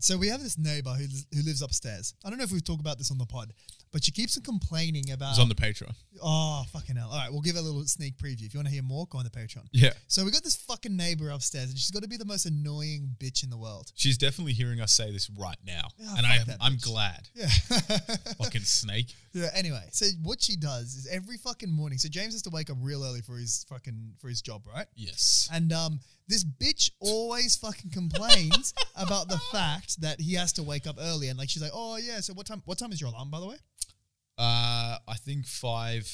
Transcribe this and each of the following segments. So we have this neighbor who, who lives upstairs. I don't know if we've talked about this on the pod, but she keeps on complaining about. It's on the Patreon. oh, fucking hell. All right, we'll give her a little sneak preview. If you want to hear more, go on the Patreon. Yeah. So we got this fucking neighbor upstairs, and she's got to be the most annoying bitch in the world. She's definitely hearing us say this right now. Ah, and I fuck am, that I'm bitch. glad. Yeah. Fucking snake. yeah. Anyway, so what she does is every fucking morning. So James has to wake up real early for his fucking for his job, right? Yes. And um, this bitch always fucking complains about the fact that he has to wake up early. And like, she's like, "Oh yeah, so what time? What time is your alarm, by the way?" Uh, I think five,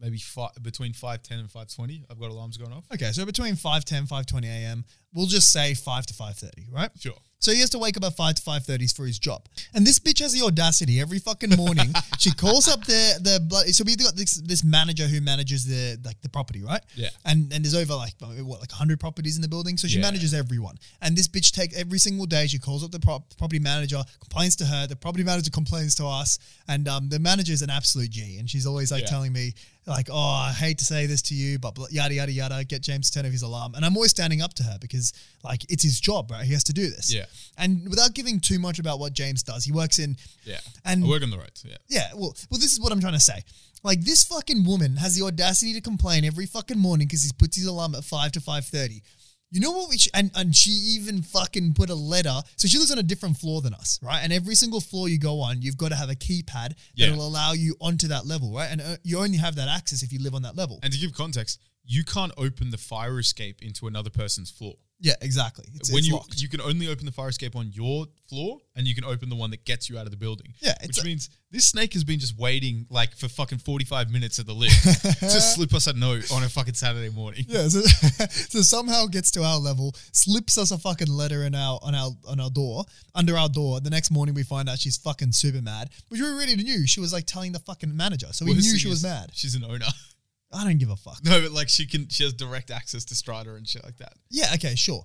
maybe five, between 5.10 and 5.20, I've got alarms going off. Okay, so between 5.10, 5.20 a.m., we'll just say 5 to 5.30, right? Sure. So he has to wake up at 5 to 5.30 for his job. And this bitch has the audacity every fucking morning. she calls up the, the blood. So we've got this, this manager who manages the like the property, right? Yeah. And and there's over like, what, like 100 properties in the building. So she Yeah. manages everyone. And this bitch take every single day, she calls up the prop, property manager, complains to her. The property manager complains to us. And um, the manager's an absolute G. And she's always like Yeah. telling telling me like, "Oh, I hate to say this to you, but blah- yada yada yada." Get James to turn off his alarm, and I'm always standing up to her because like it's his job, right? He has to do this. Yeah. And without giving too much about what James does, he works in. Yeah. And I work on the roads. Yeah. yeah, well, well, this is what I'm trying to say. Like this fucking woman has the audacity to complain every fucking morning because he puts his alarm at five to five thirty. You know what? We sh- and and she even fucking put a letter. So she lives on a different floor than us, right? And every single floor you go on, you've got to have a keypad Yeah. that'll allow you onto that level, right? And uh, you only have that access if you live on that level. And to give context, you can't open the fire escape into another person's floor. yeah, exactly. It's, when it's you locked. you can only open the fire escape on your floor, and you can open the one that gets you out of the building. Yeah, it's which a- means this snake has been just waiting like for fucking forty five minutes at the lift to slip us a note on a fucking Saturday morning. Yeah, so, so somehow it gets to our level, slips us a fucking letter in our on our on our door, under our door. The next morning we find out she's fucking super mad. But we already knew she was like telling the fucking manager. So we Worst knew thing she was is, mad. She's an owner. I don't give a fuck. No, but like she can, she has direct access to Strider and shit like that. Yeah, okay, sure.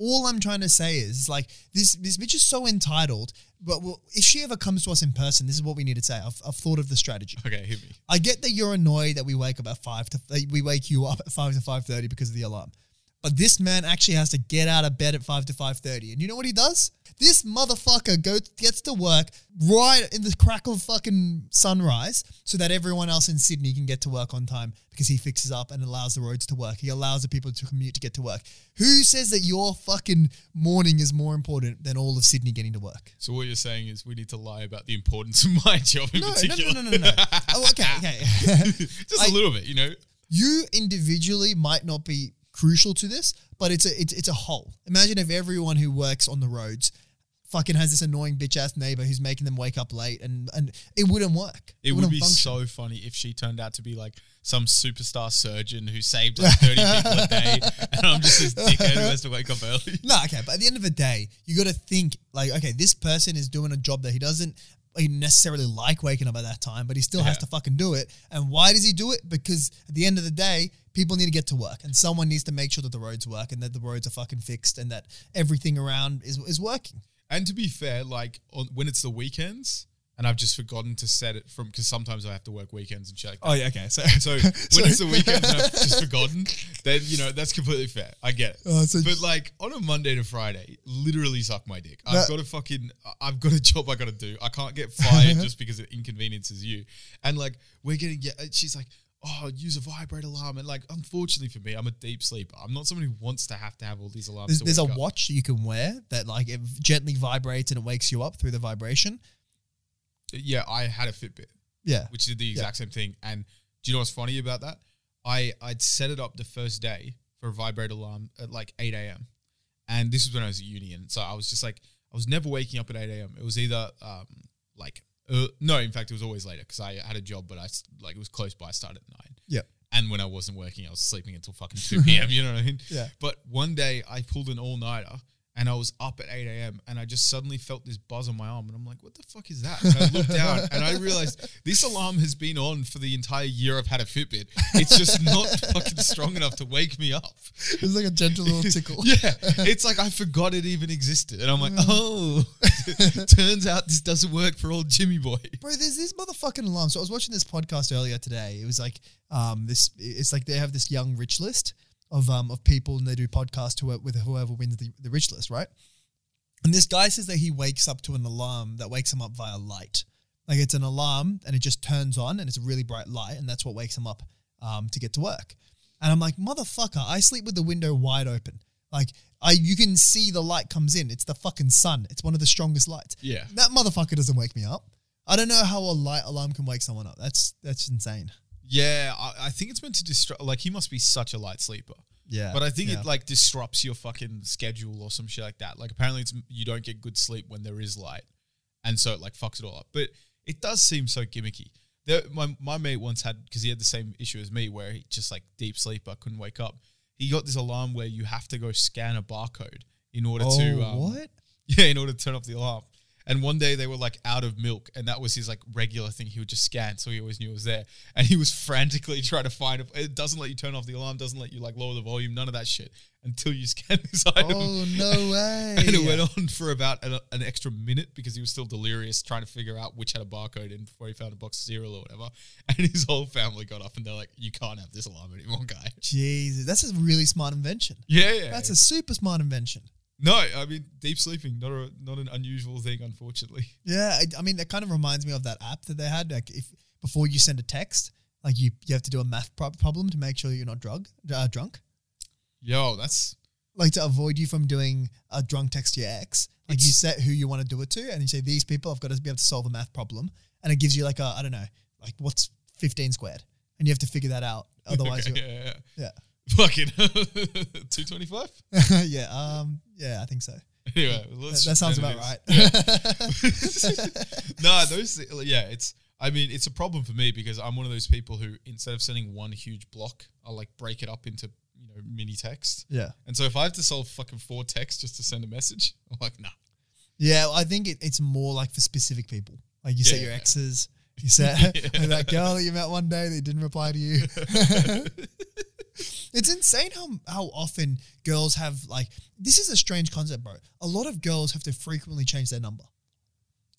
All I'm trying to say is like this this bitch is so entitled, but well, if she ever comes to us in person, this is what we need to say. I've, I've thought of the strategy. Okay, hit me. I get that you're annoyed that we wake up at five to that we wake you up at five to five thirty because of the alarm. But this man actually has to get out of bed at five to five thirty, and you know what he does? This motherfucker goes gets to work right in the crack of fucking sunrise, so that everyone else in Sydney can get to work on time because he fixes up and allows the roads to work. He allows the people to commute to get to work. Who says that your fucking morning is more important than all of Sydney getting to work? So what you're saying is we need to lie about the importance of my job in No, no, particular. no, no, no, no. no. oh, okay, okay. just I- a little bit, you know. you individually might not be crucial to this, but it's a it's, it's a whole. Imagine if everyone who works on the roads fucking has this annoying bitch ass neighbor who's making them wake up late, and and it wouldn't work. It would wouldn't be function. so funny if she turned out to be like some superstar surgeon who saved like 30 people a day, and I'm just this dickhead who has to wake up early. No, okay, but at the end of the day, you got to think like, okay, this person is doing a job that he doesn't he necessarily like waking up at that time, but he still has Yeah. to fucking do it. And why does he do it? Because at the end of the day, people need to get to work, and someone needs to make sure that the roads work, and that the roads are fucking fixed, and that everything around is is working. And to be fair, like on, when it's the weekends, and I've just forgotten to set it from because sometimes I have to work weekends and shit like that. Oh yeah, okay. So So when it's the weekends and I've just forgotten, then you know that's completely fair. I get it. Oh, so- but like on a Monday to Friday, literally suck my dick. That- I've got a fucking, I've got a job I got to do. I can't get fired just because it inconveniences you. And like we're getting, yeah, and she's like, oh, use a vibrate alarm. And like, unfortunately for me, I'm a deep sleeper. I'm not someone who wants to have to have all these alarms. there's, to there's a wake up. watch you can wear that like it gently vibrates and it wakes you up through the vibration. Yeah, I had a Fitbit. Yeah. which did the exact same thing. And do you know what's funny about that? I I'd set it up the first day for a vibrate alarm at like eight a.m. And this was when I was at uni, and so I was just like, I was never waking up at eight a.m. It was either um like uh, no, in fact, it was always later because I had a job, but I s- like it was close by. I started at nine. Yep. And when I wasn't working, I was sleeping until fucking two p.m. You know what I mean? Yeah. But one day I pulled an all nighter and I was up at 8 a.m. and I just suddenly felt this buzz on my arm and I'm like, what the fuck is that? And I looked down and I realized this alarm has been on for the entire year I've had a Fitbit. It's just not fucking strong enough to wake me up. It's like a gentle little tickle. Yeah. It's like I forgot it even existed. And I'm like, oh, turns out this doesn't work for old Jimmy boy. Bro, there's this motherfucking alarm. So I was watching this podcast earlier today. It was like um this it's like they have this young rich list of um of people and they do podcasts to it with whoever wins the, the rich list, right? And this guy says that he wakes up to an alarm that wakes him up via light. Like it's an alarm and it just turns on and it's a really bright light and that's what wakes him up um, to get to work. And I'm like, motherfucker, I sleep with the window wide open. Like I, you can see the light comes in. It's the fucking sun. It's one of the strongest lights. Yeah. That motherfucker doesn't wake me up. I don't know how a light alarm can wake someone up. That's that's insane. Yeah, I, I think it's meant to disrupt. Like he must be such a light sleeper, Yeah. but I think it like disrupts your fucking schedule or some shit like that. Like apparently, it's you don't get good sleep when there is light, and so it like fucks it all up. But it does seem so gimmicky. There, my my mate once had because he had the same issue as me, where he just like deep sleeper couldn't wake up. He got this alarm where you have to go scan a barcode in order oh, to um, what? yeah, in order to turn off the alarm. And one day they were like out of milk, and that was his like regular thing. He would just scan, so he always knew it was there. And he was frantically trying to find it. It doesn't let you turn off the alarm, doesn't let you like lower the volume, none of that shit until you scan this item. Oh no way. and it went on for about an, an extra minute because he was still delirious trying to figure out which had a barcode in before he found a box of cereal or whatever. And his whole family got up and they're like, "You can't have this alarm anymore, guy." Jesus, that's a really smart invention. Yeah, yeah. That's a super smart invention. no. I mean, deep sleeping not a not an unusual thing, unfortunately. Yeah, I, I mean, that kind of reminds me of that app that they had. Like, if before you send a text, like you you have to do a math prob- problem to make sure you're not drug uh, drunk, Yo, that's like to avoid you from doing a drunk text to your ex. Like you set who you want to do it to, and you say these people I've got to be able to solve a math problem, and it gives you like a I don't know, like what's fifteen squared, and you have to figure that out. Otherwise, Okay, yeah, yeah, you're, yeah. Fucking 225? yeah, um, yeah, I think so. Anyway, let's That, that sounds pretend about it right. is. no, those, thi- yeah, it's, I mean, it's a problem for me because I'm one of those people who, instead of sending one huge block, I like break it up into, you know, mini text. yeah, And so if I have to solve fucking four texts just to send a message, I'm like, nah. yeah. well, I think it, it's more like for specific people. Like you set Yeah, your yeah. exes, you set Yeah. that girl that you met one day that didn't reply to you. it's insane how how often girls have like this is a strange concept, bro. A lot of girls have to frequently change their number.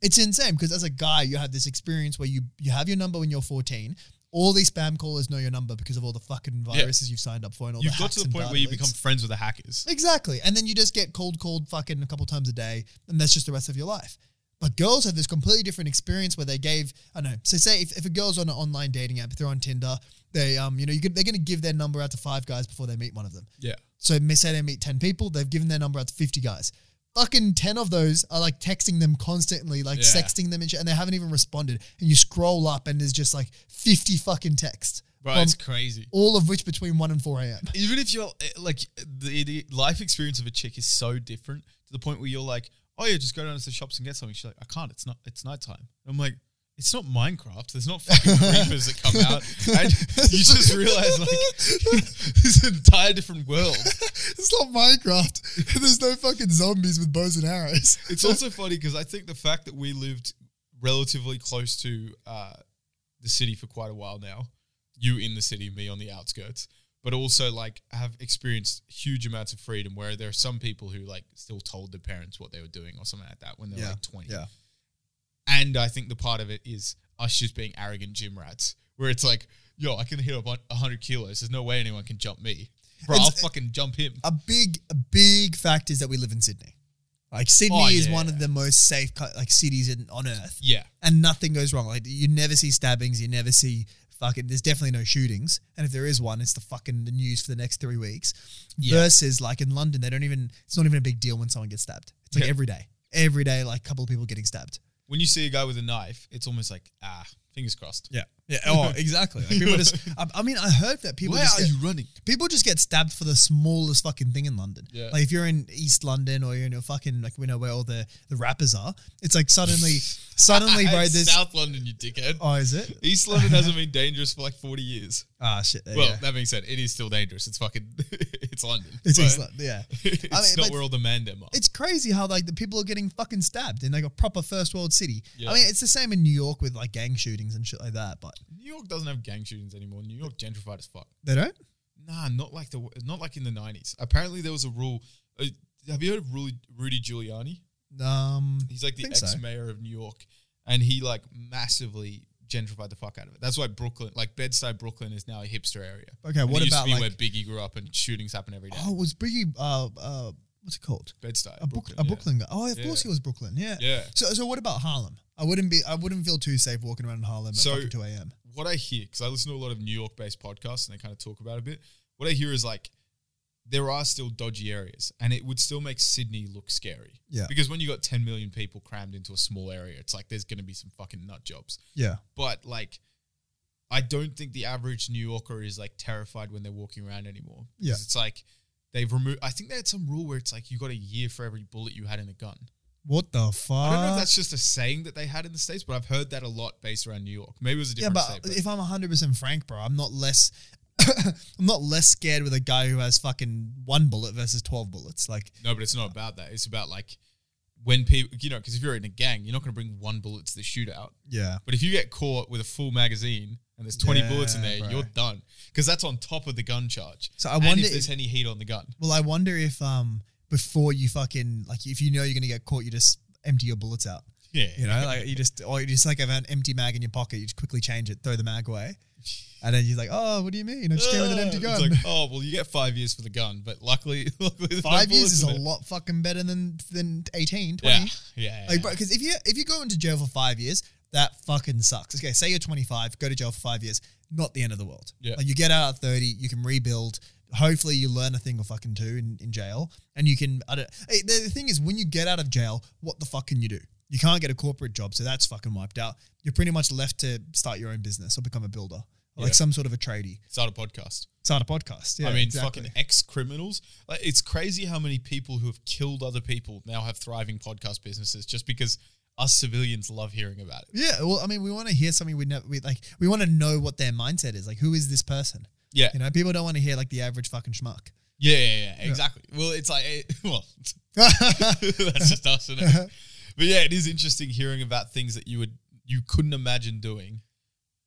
It's insane because as a guy, you have this experience where you you have your number when you're 14. All these spam callers know your number because of all the fucking viruses you've signed up for and all You've the got hacks to the and point data where you leaks. become friends with the hackers. Exactly. And then you just get cold, cold fucking a couple times a day, and that's just the rest of your life. But girls have this completely different experience where they gave, I don't know, so say if, if a girl's on an online dating app, they're on Tinder, they, um, you know, you could, they're going to give their number out to five guys before they meet one of them. Yeah. So may- say they meet 10 people, they've given their number out to 50 guys. Fucking 10 of those are like texting them constantly, like Yeah. sexting them and shit, and they haven't even responded. And you scroll up and there's just like 50 fucking texts, Bro, from it's crazy. all of which between 1 and 4 a.m. even if you're eh, like the, the life experience of a chick is so different to the point where you're like, oh yeah, just go down to the shops and get something. She's like, I can't. It's not. It's nighttime. I'm like, it's not Minecraft. There's not fucking creepers that come out. And you just realize like it's an entire different world. It's not Minecraft. There's no fucking zombies with bows and arrows. It's also funny because I think the fact that we lived relatively close to uh, the city for quite a while now, you in the city, me on the outskirts, but also like have experienced huge amounts of freedom where there are some people who like still told their parents what they were doing or something like that when they were Yeah, like 20. yeah. And I think the part of it is us just being arrogant gym rats where it's like, yo, I can hit up 100 kilos. There's no way anyone can jump me. Bro, I'll It's- fucking jump him. a big, a big fact is that we live in Sydney. Like Sydney Oh, is yeah. one of the most safe co- like cities in, on earth, Yeah. and nothing goes wrong. Like you never see stabbings, you never see fucking. There's definitely no shootings, and if there is one, it's the fucking the news for the next three weeks. Yeah. Versus like in London, they don't even. It's not even a big deal when someone gets stabbed. It's like Yeah. every day, every day, like a couple of people getting stabbed. When you see a guy with a knife, it's almost like, ah, fingers crossed. Yeah. Yeah. Oh, exactly. Like people just. I, I mean, I heard that people. Where just are get- you running? people just get stabbed for the smallest fucking thing in London. Yeah. Like if you're in East London or you're in a fucking like we know where all the the rappers are, it's like suddenly, suddenly, bro. It's There's South London, you dickhead. oh, is it? East London hasn't been dangerous for like 40 years. Ah, shit. Well, yeah. that being said, it is still dangerous. It's fucking, it's London. it's But East London. Yeah, It's I mean, not but- where all the man them are. it's crazy how like the people are getting fucking stabbed in like a proper first world city. Yeah. I mean, it's the same in New York with like gang shootings and shit like that, but New York doesn't have gang shootings anymore. New York gentrified as fuck. they don't. Nah, not like the not like in the 90s. Apparently, there was a rule. Uh, have you heard of Rudy, Rudy Giuliani? Um, He's like the Think so. ex-mayor of New York, and he like massively gentrified the fuck out of it. That's why Brooklyn, like Bed-Stuy, Brooklyn, is now a hipster area. okay, And what it used about to be like where Biggie grew up and shootings happen every day? oh, was Biggie uh uh what's it called? Bed style. A, Brook, a Brooklyn guy. Oh, of Yeah. course he was Brooklyn. Yeah. Yeah. Yeah. So, so what about Harlem? I wouldn't be. I wouldn't feel too safe walking around in Harlem So- at fucking two a.m. What I hear, because I listen to a lot of New York based podcasts and they kind of talk about it a bit, what I hear is like there are still dodgy areas and it would still make Sydney look scary. Yeah. Because when you got 10 million people crammed into a small area, it's like there's going to be some fucking nut jobs. Yeah. but like I don't think the average New Yorker is like terrified when they're walking around anymore. 'Cause Yeah. it's like they've removed. I think they had some rule where it's like you got a year for every bullet you had in a gun. What the fuck? I don't know if that's just a saying that they had in the states, but I've heard that a lot based around New York. Maybe it was a yeah, different but state. but- if I'm 100 percent frank, bro, I'm not less. I'm not less scared with a guy who has fucking one bullet versus 12 bullets. Like, no, but it's not about that. It's about like when people, you know, because if you're in a gang, you're not going to bring one bullet to the shootout. yeah. But if you get caught with a full magazine and there's 20 bullets in Yeah, there, bro. you're done because that's on top of the gun charge. So I and wonder if if- there's any heat on the gun. Well, I wonder if um before you fucking like if you know you're gonna get caught, you just empty your bullets out. Yeah, You know, like you just or you just like have an empty mag in your pocket, you just quickly change it, throw the mag away, and then you're like, oh, what do you mean? I just came with an empty It's gun. like, oh well, you get five years for the gun, but luckily, luckily there's no Five years bullets is a in it. lot fucking better than than 18, 20. Yeah, yeah. Like, bro, because if you if you go into jail for five years, that fucking sucks. Okay, say you're 25, go to jail for five years, not the end of the world. Yeah. Like you get out at 30, you can rebuild. Hopefully, you learn a thing or fucking two in, in jail, and you can. I don't. Hey, the, the thing is, when you get out of jail, what the fuck can you do? You can't get a corporate job, so that's fucking wiped out. You're pretty much left to start your own business or become a builder, or Yeah. like some sort of a tradie, Start a podcast. start a podcast. Yeah, I mean, exactly. fucking ex criminals. Like, it's crazy how many people who have killed other people now have thriving podcast businesses just because us civilians love hearing about it. Yeah, well, I mean, we want to hear something we never we like. We want to know what their mindset is. Like, who is this person? Yeah, You know, people don't want to hear like the average fucking schmuck. yeah, yeah, yeah exactly. Well, it's like, eh, well, that's just us, isn't it? But yeah, it is interesting hearing about things that you would you couldn't imagine doing,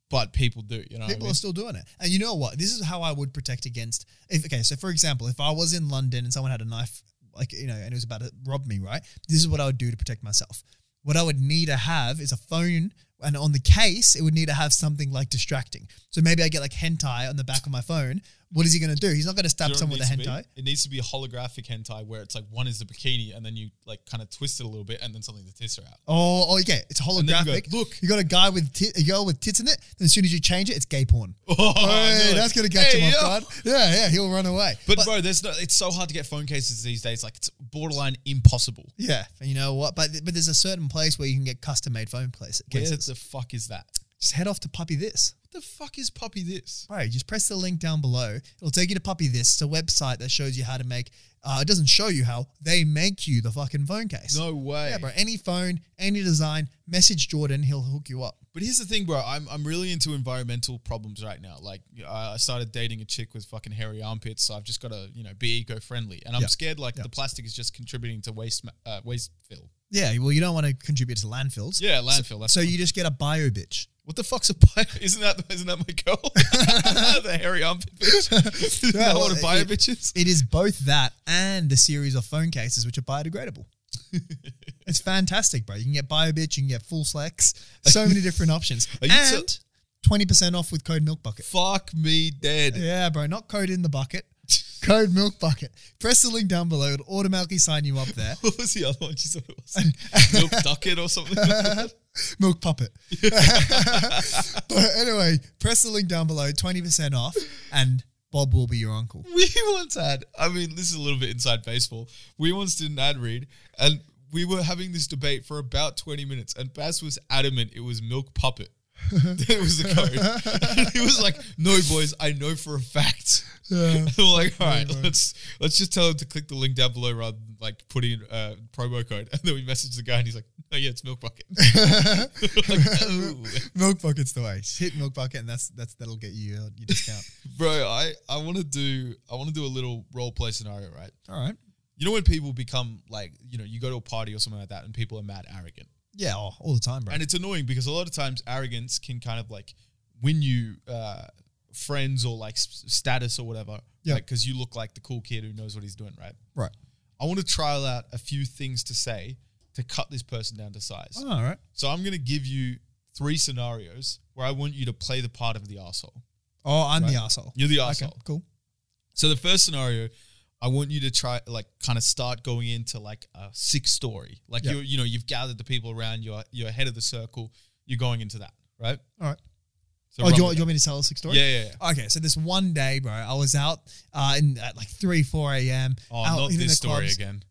but people do. You know, what I People mean? are still doing it. And you know what? This is how I would protect against if okay, so for example, if I was in London and someone had a knife like you know and it was about to rob me, right? This is what I would do to protect myself. What I would need to have is a phone and on the case, it would need to have something like distracting. So maybe I get like hentai on the back of my phone. What is he going to do? He's not going to Do stab you know someone with what a it needs to hentai. be? It needs to be a holographic hentai where it's like one is the bikini and then you like kind of twist it a little bit and then suddenly the tits are out. Oh, oh, okay. It's And then you go, holographic. "Look." you got a guy with tit, a girl with tits in it. And as soon as you change it, it's gay porn. Oh, Hey, no. that's gonna catch Hey, him yo. off guard. Yeah, yeah, he'll run away. But, bro, there's no. It's so hard to get phone cases these days. Like it's borderline impossible. yeah, and you know what? But but there's a certain place where you can get custom made phone place, Where cases. the fuck is that? Just head off to Puppy This. What the fuck is puppy this? Right, just press the link down below. It'll take you to Puppy This. It's a website that shows you how to make. Uh, it doesn't show you how they make you the fucking phone case. No way. Yeah, bro. Any phone, any design. Message Jordan. He'll hook you up. But here's the thing, bro. I'm I'm really into environmental problems right now. Like I I started dating a chick with fucking hairy armpits, so I've just got to you know be eco friendly. And I'm Yeah. scared like Yeah. the plastic is just contributing to waste ma- uh, waste fill. Yeah. Well, you don't want to contribute to landfills. Yeah, landfill. that's So fine. you just get a bio bitch. What the fuck's a bio? Isn't that isn't that my girl? the hairy armpit bitch. Isn't Yeah, that well, what a bio it- bitch is? It is both that and the series of phone cases which are biodegradable. it's fantastic, bro. You can get BioBitch, you can get Full Flex, so many different options. Are you so- And twenty percent off with code Milk Bucket. Fuck me dead. Yeah, bro. Not code in the bucket. Code Milk Bucket. Press the link down below. It'll automatically sign you up there. What was the other one? She said it was milk ducket or something. Milk Puppet. but anyway, press the link down below. Twenty percent off, and Bob will be your uncle. we once had. I mean, this is a little bit inside baseball. We once did an ad read, and we were having this debate for about twenty minutes, and Baz was adamant it was milk puppet. it was the code. And he was like, "No, boys, I know for a fact." Yeah. And we're like, all right, Promo. let's let's just tell him to click the link down below rather than like putting in uh, promo code. And then we message the guy and he's like, oh yeah, it's Milk Bucket. Like, oh. milk bucket's the way. Just hit milk bucket, and that's that's that'll get you your, your discount. Bro, I I want to do I want to do a little role play scenario, right? All right. You know when people become like, you know, you go to a party or something like that, and people are mad arrogant, Yeah, all, all the time, bro. and it's annoying because a lot of times arrogance can kind of like win you uh, friends or like s- status or whatever, Yeah. Because you look like the cool kid who knows what he's doing, right? right. I want to trial out a few things to say to cut this person down to size. all right. So I'm going to give you three scenarios where I want you to play the part of the asshole. Oh, I'm Right. the asshole. You're the Okay, asshole. cool. So the first scenario, I want you to try like kind of start going into like a six story. Like Yeah. you you know, you've gathered the people around, you're you're ahead of the circle, you're going into that, right? All right. So oh, do you, run with want, do you it. want me to tell us a story? yeah, yeah, yeah. Okay, so this one day, bro, I was out uh, in at like three, four a.m. Oh, out not hitting this the story clubs. again.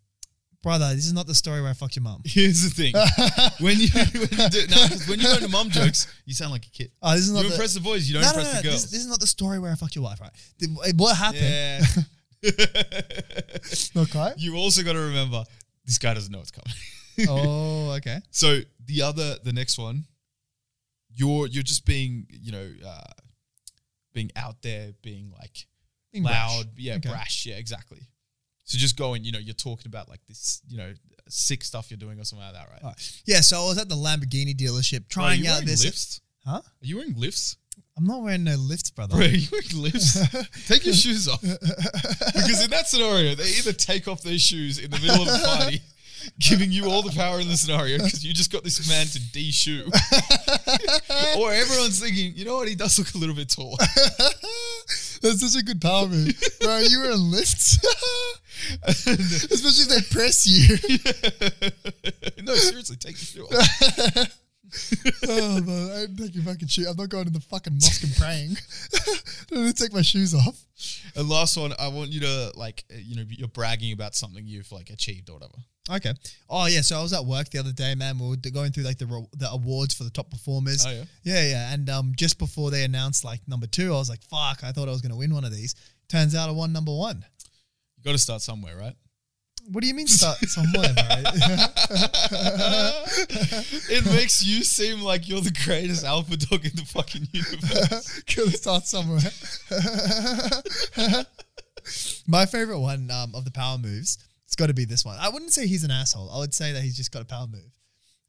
brother. This is not the story where I fucked your mom. Here's the thing. when you when you do no, 'cause when you go into mum jokes, you sound like a kid. Uh, this is You not the, impress the boys, you don't no, no, impress no, no. the girls. This, this is not the story where I fucked your wife, right? The- what happened? yeah. Okay. you also got to remember this guy doesn't know what's coming. oh, okay. So the other, the next one, you're you're just being you know uh, being out there, being like Being loud, yeah, Okay. brash, yeah, exactly. So just going, you know, you're talking about like this, you know, sick stuff you're doing or something like that, right? All right. Yeah, so I was at the Lamborghini dealership Bro, are trying you out wearing this. lifts. Huh? Are you wearing lifts? I'm not wearing no lifts, brother. Bro, are you wearing lifts? take your shoes off. Because in that scenario, they either take off their shoes in the middle of the party, giving you all the power in the scenario because you just got this man to de shoe. or everyone's thinking, you know what, he does look a little bit tall. That's such a good power move. Bro, are you wearing lifts? Especially if they press you. no, seriously, take your shoe off. oh, man, I didn't take your fucking shoe. I'm not going to the fucking mosque and praying. I'm going to take my shoes off. And last one, I want you to, like, uh, you know, you're bragging about something you've, like, achieved or whatever. Okay. Oh yeah. So I was at work the other day, man. We were d- going through like the ro- the awards for the top performers. Oh, yeah? Yeah, yeah. And um, just before they announced like number two, I was like, "Fuck!" I thought I was going to win one of these. Turns out I won number one. you got to start somewhere, right? What do you mean start somewhere, bro? it makes you seem like you're the greatest alpha dog in the fucking universe. Gotta start somewhere. My favorite one um, of the power moves, it's got to be this one. I wouldn't say he's an asshole. I would say that he's just got a power move.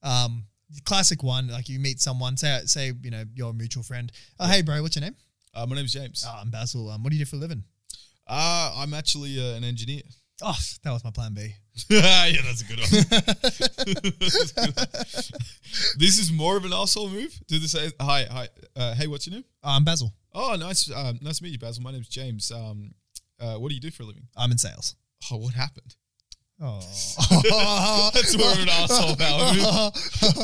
Um, classic one, like you meet someone, say say you know your mutual friend. Oh, hey, bro, what's your name? Uh, my name's James. Oh, I'm Basil. Um, what do you do for a living? Uh, I'm actually uh, an engineer. Oh, that was my plan B. yeah, that's a good one. That's a good one. this is more of an asshole move. Do the say hi, hi, uh, hey, what's your name? Oh, I'm Basil. Oh, nice, um, nice to meet you, Basil. My name's James. Um, uh, what do you do for a living? I'm in sales. Oh, what happened? Oh, That's more of an asshole power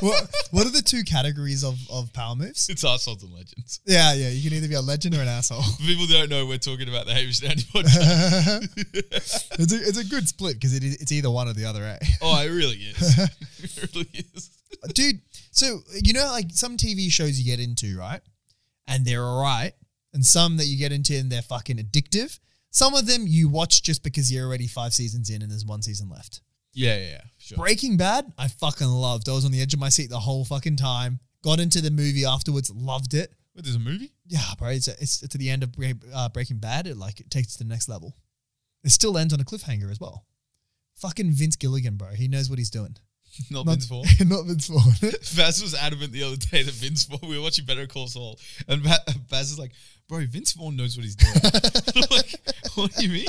what, what are the two categories of, of power moves? It's assholes and legends. Yeah, yeah. You can either be a legend or an asshole. For people who don't know, we're talking about the Hamish and Andy podcast. it's, a, it's a good split because it, is- it's either one or the other, eh? oh, it really is. it really is. Dude, so you know, like some TV shows you get into, right? And they're all right. And some that you get into and they're fucking addictive. Some of them you watch just because you're already five seasons in and there's one season left. Yeah, yeah, yeah. Sure. Breaking Bad, I fucking loved. I was on the edge of my seat the whole fucking time. Got into the movie afterwards, loved it. Wait, there's a movie? Yeah, bro, it's, it's to the end of Bre- uh, Breaking Bad. It like it takes it to the next level. It still ends on a cliffhanger as well. Fucking Vince Gilligan, bro. He knows what he's doing. Not, Not- Vince Vaughn. Not Vince Vaughn. Baz was adamant the other day that Vince Vaughn, we were watching Better Call Saul, and ba- Baz is like, bro, Vince Vaughn knows what he's doing. I'm like, what do you mean?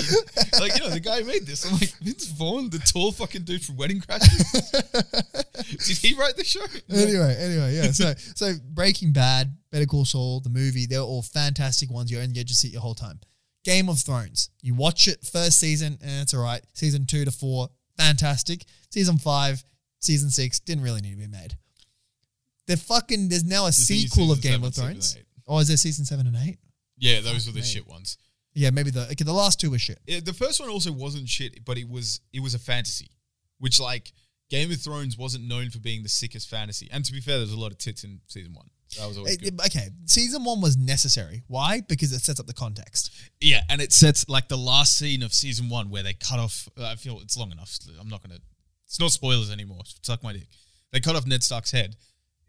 Like, you know, the guy who made this. I'm like, Vince Vaughn, the tall fucking dude from Wedding Crashers? Did he write the show? anyway, anyway, yeah. So, so Breaking Bad, Better Call Saul, the movie, they're all fantastic ones. You're in the edge of your seat your whole time. Game of Thrones, you watch it first season and it's all right. Season two to four, fantastic. Season five, season six, didn't really need to be made. They're fucking. There's now a think it's sequel of season Game of seven, seven, Thrones. eight. Oh, is there season seven and eight? Yeah, those were the me. shit ones. Yeah, maybe the okay, the last two were shit. Yeah, the first one also wasn't shit, but it was it was a fantasy, which like Game of Thrones wasn't known for being the sickest fantasy. And to be fair, there's a lot of tits in season one. So that was always It- good. it- okay, season one was necessary. Why? Because it sets up the context. Yeah, and it sets like the last scene of season one where they cut off. I feel it's long enough. so I'm not gonna. It's not spoilers anymore. Suck my dick. They cut off Ned Stark's head.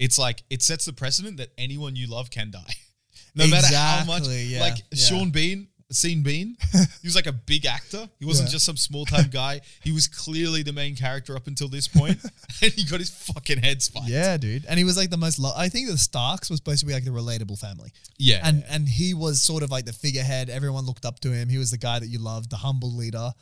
It's like it sets the precedent that anyone you love can die, no matter how much. Exactly, yeah, like yeah. Sean Bean, Sean Bean, he was like a big actor. He wasn't Yeah. just some small time guy. He was clearly the main character up until this point, and he got his fucking head spiked. Yeah, dude. And he was like the most. Lo- I think the Starks was supposed to be like the relatable family, yeah, and and he was sort of like the figurehead. Everyone looked up to him. He was the guy that you loved, the humble leader,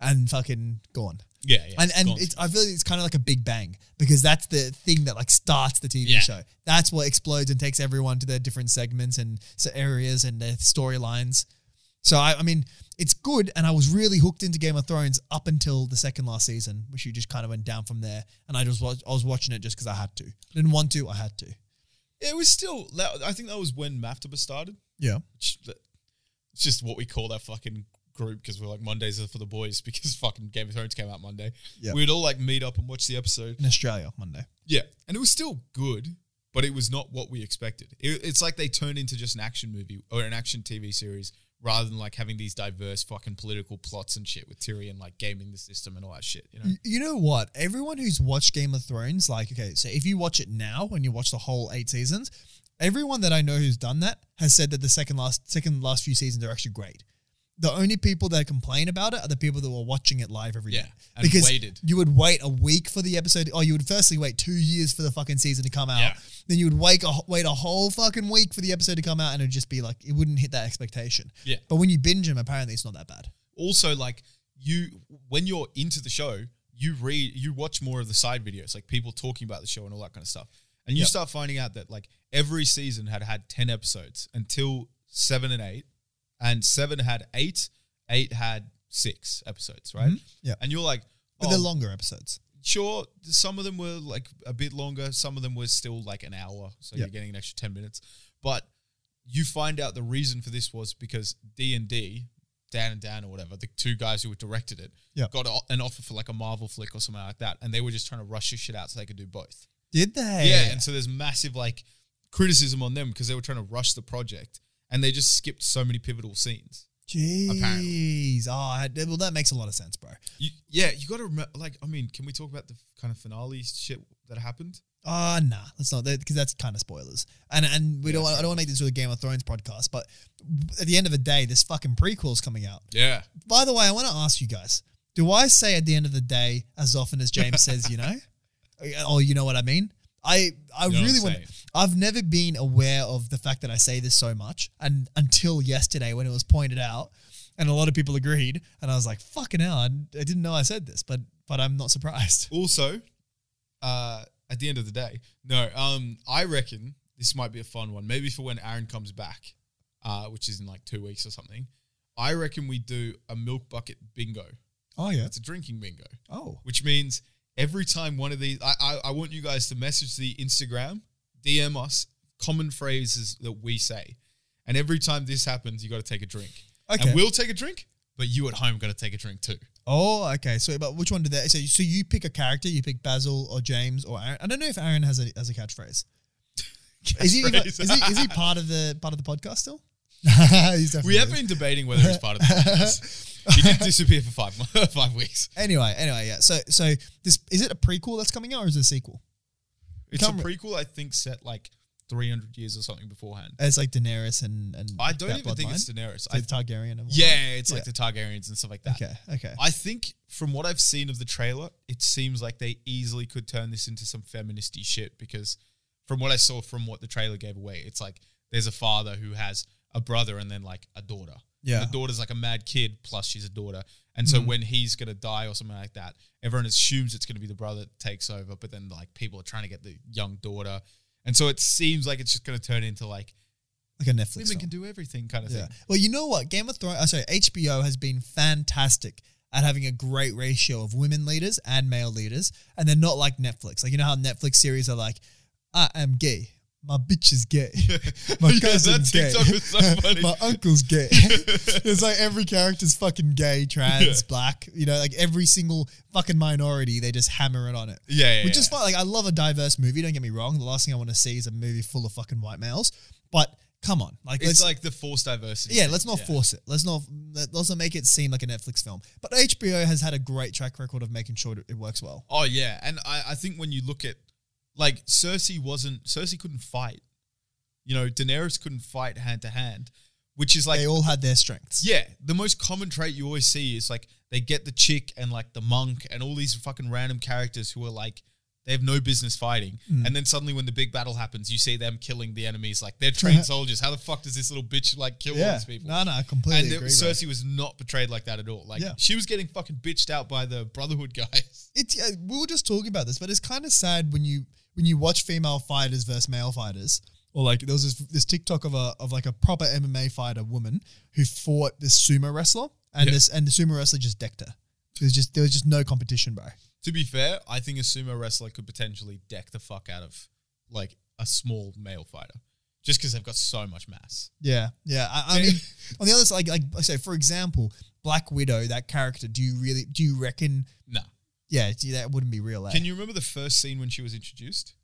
and fucking gone. yeah, yeah. and and Gone. it's, I feel like it's kind of like a Big Bang because that's the thing that like starts the TV Yeah. show. That's what explodes and takes everyone to their different segments and so areas and their storylines. So I, I mean, it's good, and I was really hooked into Game of Thrones up until the second last season, which you just kind of went down from there. And I just was I was watching it just because I had to. I didn't want to, I had to. It was still. that- I think that was when Maftaba started. Yeah, Which, that- it's just what we call that fucking group because we're like Mondays are for the boys because fucking Game of Thrones came out Monday. Yeah. We'd all like meet up and watch the episode. in Australia Monday. Yeah, and it was still good, but it was not what we expected. It, it's like they turned into just an action movie or an action TV series rather than like having these diverse fucking political plots and shit with Tyrion like gaming the system and all that shit. You know, Y- You know what? Everyone who's watched Game of Thrones, like, okay, so if you watch it now and you watch the whole eight seasons, everyone that I know who's done that has said that the second last second last few seasons are actually great. The only people that complain about it are the people that were watching it live every day. Yeah, and waited. you would wait a week for the episode, or you would firstly wait two years for the fucking season to come out. Yeah. Then you would wait a, wait a whole fucking week for the episode to come out, and it'd just be like it wouldn't hit that expectation. Yeah. But when you binge them, apparently it's not that bad. also like you when you're into the show you read you watch more of the side videos like people talking about the show and all that kind of stuff and you Yep. start finding out that like every season had had 10 episodes until 7 and 8 and 7 had 8 8 had 6 episodes right Mm-hmm. Yeah. and you're like But oh, they're longer episodes. sure some of them were like a bit longer some of them were still like an hour so Yeah. you're getting an extra 10 minutes but you find out the reason for this was because d&d dan and dan or whatever the two guys who directed it Yeah. got a, an offer for like a marvel flick or something like that and they were just trying to rush this shit out so they could do both Did they? yeah and so there's massive like criticism on them because they were trying to rush the project and they just skipped so many pivotal scenes Apparently. Jeez. Oh, I- well, that makes a lot of sense, bro. you, yeah you gotta remember like i mean can we talk about the kind of finale shit that happened Ah, nah, let's not, because that's kind of spoilers. And and we don't. Want, I don't want to make this into a Game of Thrones podcast, but at the end of the day, this fucking prequel's coming out. yeah By the way, I want to ask you guys: Do I say at the end of the day as often as James says? You know, oh, you know what I mean. I I You know what really I'm want. saying. I've never been aware of the fact that I say this so much, and until yesterday when it was pointed out, and a lot of people agreed, and I was like, "Fucking hell!" I, I didn't know I said this, but but I'm not surprised. Also, uh, at the end of the day, no, um, I reckon this might be a fun one. Maybe for when Aaron comes back, uh, which is in like two weeks or something. I reckon we do a milk bucket bingo. Oh yeah. It's a drinking bingo, Oh. which means every time one of these, I, I, I want you guys to message the Instagram, DM us common phrases that we say. And every time this happens, you got to take a drink. Okay. And we'll take a drink, but you at home got to take a drink too. oh, okay. So, but which one did that? So, so you pick a character. You pick Basil or James or Aaron. I don't know if Aaron has a has a catchphrase. Is he, even- is Catchphrase. he is he part of the part of the podcast still? He's definitely We have is. been debating whether he's part of the podcast. he did disappear for five mo- five weeks. Anyway, anyway, yeah. So, so this is it a prequel that's coming out or is it a sequel? It's a Come- prequel, I think, set like three hundred years or something beforehand. It's like Daenerys and and I don't that even think bloodline? it's Daenerys. So I, Targaryen. And yeah, it's like Yeah. the Targaryens and stuff like that. Okay. Okay. I think from what I've seen of the trailer, it seems like they easily could turn this into some feministy shit because from what I saw from what the trailer gave away, it's like there's a father who has a brother and then like a daughter. Yeah. Mm. The daughter's like a mad kid, plus she's a daughter. And so when he's gonna die or something like that, everyone assumes it's gonna be the brother that takes over, but then like people are trying to get the young daughter. And so it seems like it's just gonna turn into like like a Netflix. women film. can do everything kind of yeah. thing. Well, you know what? Game of Thrones. Oh, sorry, HBO has been fantastic at having a great ratio of women leaders and male leaders, and they're not like Netflix. Like you know how Netflix series are like, I am gay. My bitch is gay. My Yeah, that cousin's gay. TikTok was so funny. My uncle's gay. it's like every character's fucking gay, trans, Yeah. black. You know, like every single fucking minority, they just hammer it on it Yeah, yeah, which is yeah. fine. Like I love a diverse movie. Don't get me wrong. The last thing I want to see is a movie full of fucking white males. But come on, like It's let's like the forced diversity. yeah, thing. let's not force it. Let's not let- let's not make it seem like a Netflix film. But HBO has had a great track record of making sure it works well. Oh yeah, and I, I think when you look at like Cersei wasn't Cersei couldn't fight, you know Daenerys couldn't fight hand to hand, which is like they all had their strengths. yeah the most common trait you always see is like they get the chick and like the monk and all these fucking random characters who are like they have no business fighting, Mm. and then suddenly when the big battle happens, you see them killing the enemies like they're trained soldiers. How the fuck does this little bitch like kill all yeah. these people? No, no, I completely and the- agree. bro. Cersei was not portrayed like that at all. Like Yeah. she was getting fucking bitched out by the Brotherhood guys. it's yeah, we were just talking about this, but it's kind of sad when you when you watch female fighters versus male fighters Or like there was this, this TikTok of a of like a proper MMA fighter woman who fought this sumo wrestler, and Yeah. this and the sumo wrestler just decked her. There's just there was just no competition, bro. To be fair, I think a sumo wrestler could potentially deck the fuck out of like a small male fighter, just because they've got so much mass. Yeah, yeah. I, I mean, on the other side, like, like I say, for example, Black Widow, that character. Do you really do you reckon? Nah. Yeah, do you- that wouldn't be real. eh? Can you remember the first scene when she was introduced?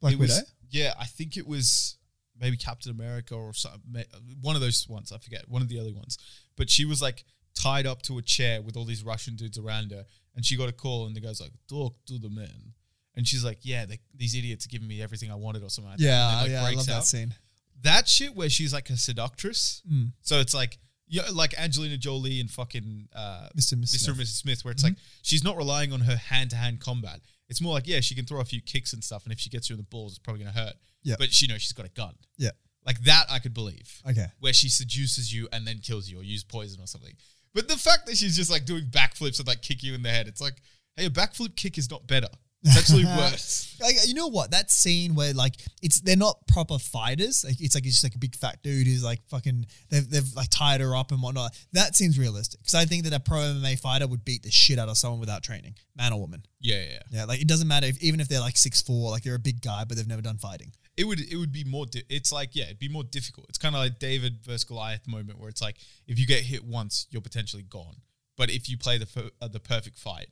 Black it Widow? was, Yeah, I think it was maybe Captain America or some, ma- one of those ones. I forget one of the early ones. But she was like tied up to a chair with all these Russian dudes around her, and she got a call, and the guy's like, "Talk to the men," and she's like, "Yeah, they, these idiots are giving me everything I wanted or something." Like yeah, that. And then, yeah. like, I breaks love that out. scene. That shit where she's like a seductress. Mm. So it's like. Yeah, like Angelina Jolie and fucking uh, Mr. and Mrs. Mr. and Mrs. Smith, where it's like she's not relying on her hand to hand combat. It's more like, yeah, she can throw a few kicks and stuff, and if she gets you in the balls, it's probably going to hurt. Yeah. But she knows she's got a gun. Yeah. Like that, I could believe, Okay. where she seduces you and then kills you or use poison or something. But the fact that she's just like doing backflips and like kick you in the head, it's like, hey, a backflip kick is not better. It's actually worse. Like, you know what? That scene where like it's they're not proper fighters. Like it's like it's just like a big fat dude who's like fucking they've they've like tied her up and whatnot. That seems realistic because I think that a pro MMA fighter would beat the shit out of someone without training, man or woman. Yeah, yeah, yeah. Yeah, like it doesn't matter if even if they're like six four, like they're a big guy, but they've never done fighting. It would it would be more. Di- it's like yeah, it'd be more difficult. It's kind of like David versus Goliath moment where it's like if you get hit once, you're potentially gone. But if you play the per- uh, the perfect fight,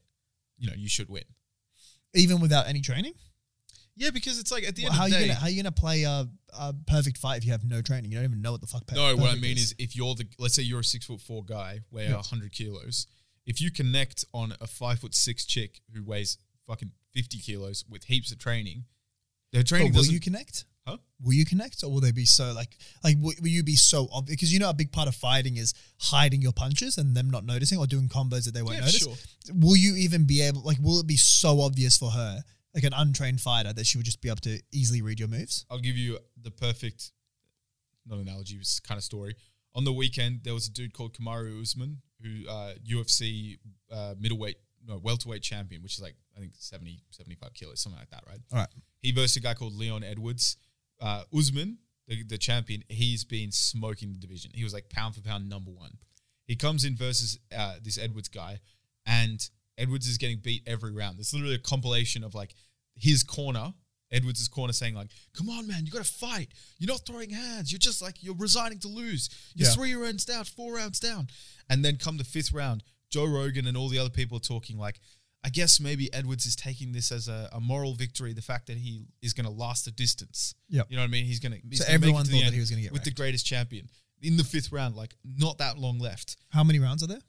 you know you should win. Even without any training, Yeah, because it's like at the Well, end how of the you day. gonna how you gonna play a, a perfect fight if you have no training? You don't even know what the fuck. per- no, what I perfect mean is if you're the let's say you're a six foot four guy, weigh a Yeah. hundred kilos. If you connect on a five foot six chick who weighs fucking fifty kilos with heaps of training, their But training will doesn't. you connect? Huh? Will you connect, or will they be so like like will, will you be so obvious? Because you know a big part of fighting is hiding your punches and them not noticing, or doing combos that they won't yeah, notice. sure. Will you even be able? Like, will it be so obvious for her, like an untrained fighter, that she would just be able to easily read your moves? I'll give you the perfect, not analogy, it was kind of story. On the weekend, there was a dude called Kamaru Usman, who uh, UFC uh, middleweight, no, welterweight champion, which is like, I think 70, 75 kilos, something like that, right? All right. He versus a guy called Leon Edwards. Uh, Usman, the, the champion, he's been smoking the division. He was like pound for pound number one. He comes in versus uh, this Edwards guy, and Edwards is getting beat every round. There's literally a compilation of like his corner, Edwards' corner, saying like, "Come on, man, you got to fight. You're not throwing hands. You're just like you're resigning to lose. You're Yeah. three rounds down, four rounds down." And then come the fifth round, Joe Rogan and all the other people are talking like, "I guess maybe Edwards is taking this as a, a moral victory. The fact that he is going to last the distance. Yep. you know what I mean. He's going to. So everyone thought that he was going to get with the wrecked. greatest champion." In the fifth round, like not that long left, How many rounds are there?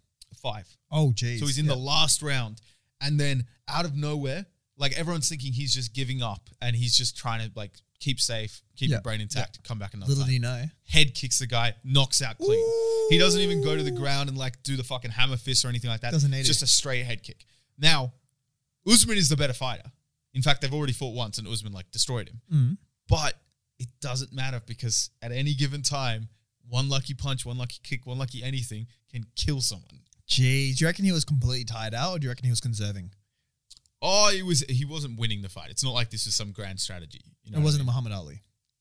five. Oh, geez. So he's in Yeah. the last round, and then out of nowhere, like everyone's thinking he's just giving up, and he's just trying to like keep safe, keep Yeah. your brain intact, come back another little time. do you know. Head kicks the guy, knocks out clean. He doesn't even go to the ground and like do the fucking hammer fist or anything like that. Doesn't need just it. a straight head kick. Now, Usman is the better fighter. In fact, they've already fought once, and Usman like destroyed him. Mm. But it doesn't matter because at any given time, one lucky punch, one lucky kick, one lucky anything can kill someone. Geez, do you reckon he was completely tired out, or do you reckon he was conserving? Oh, he was he wasn't winning the fight. It's not like this is some grand strategy. You know it wasn't a What Muhammad Ali. I mean?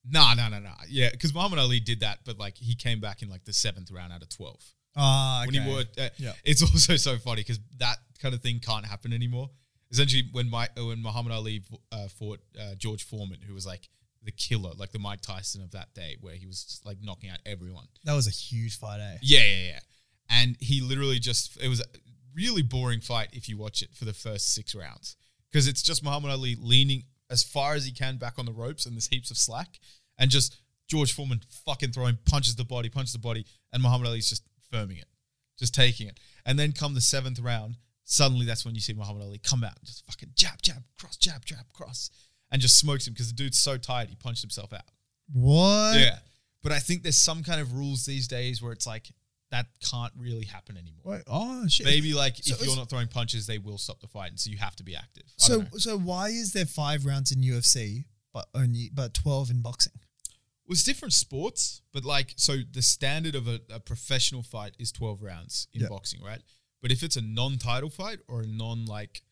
Nah, nah, nah, nah. Yeah, because Muhammad Ali did that, but like he came back in like the seventh round out of twelve. Ah, okay. When he would, uh, Yeah. it's also so funny because that kind of thing can't happen anymore. Essentially, when my uh, when Muhammad Ali uh, fought uh, George Foreman, who was like the killer, like the Mike Tyson of that day, where he was just, like knocking out everyone. That was a huge fight, eh? Yeah, yeah, yeah. And he literally just it was a really boring fight if you watch it for the first six rounds because it's just Muhammad Ali leaning as far as he can back on the ropes and there's heaps of slack and just George Foreman fucking throwing punches the body, punches the body, and Muhammad Ali's just firming it, just taking it. And then come the seventh round, suddenly that's when you see Muhammad Ali come out and just fucking jab, jab, cross, jab, jab, cross, and just smokes him because the dude's so tired he punched himself out. What? Yeah. But I think there's some kind of rules these days where it's like that can't really happen anymore. Wait, oh shit. Maybe like So if you're it's- not throwing punches, they will stop the fight, and so you have to be active. I So don't know. so why is there five rounds in UFC but only but twelve in boxing? Well, it's different sports, but like so the standard of a, a professional fight is 12 rounds in Yeah. boxing, right? But if it's a non-title fight or a non like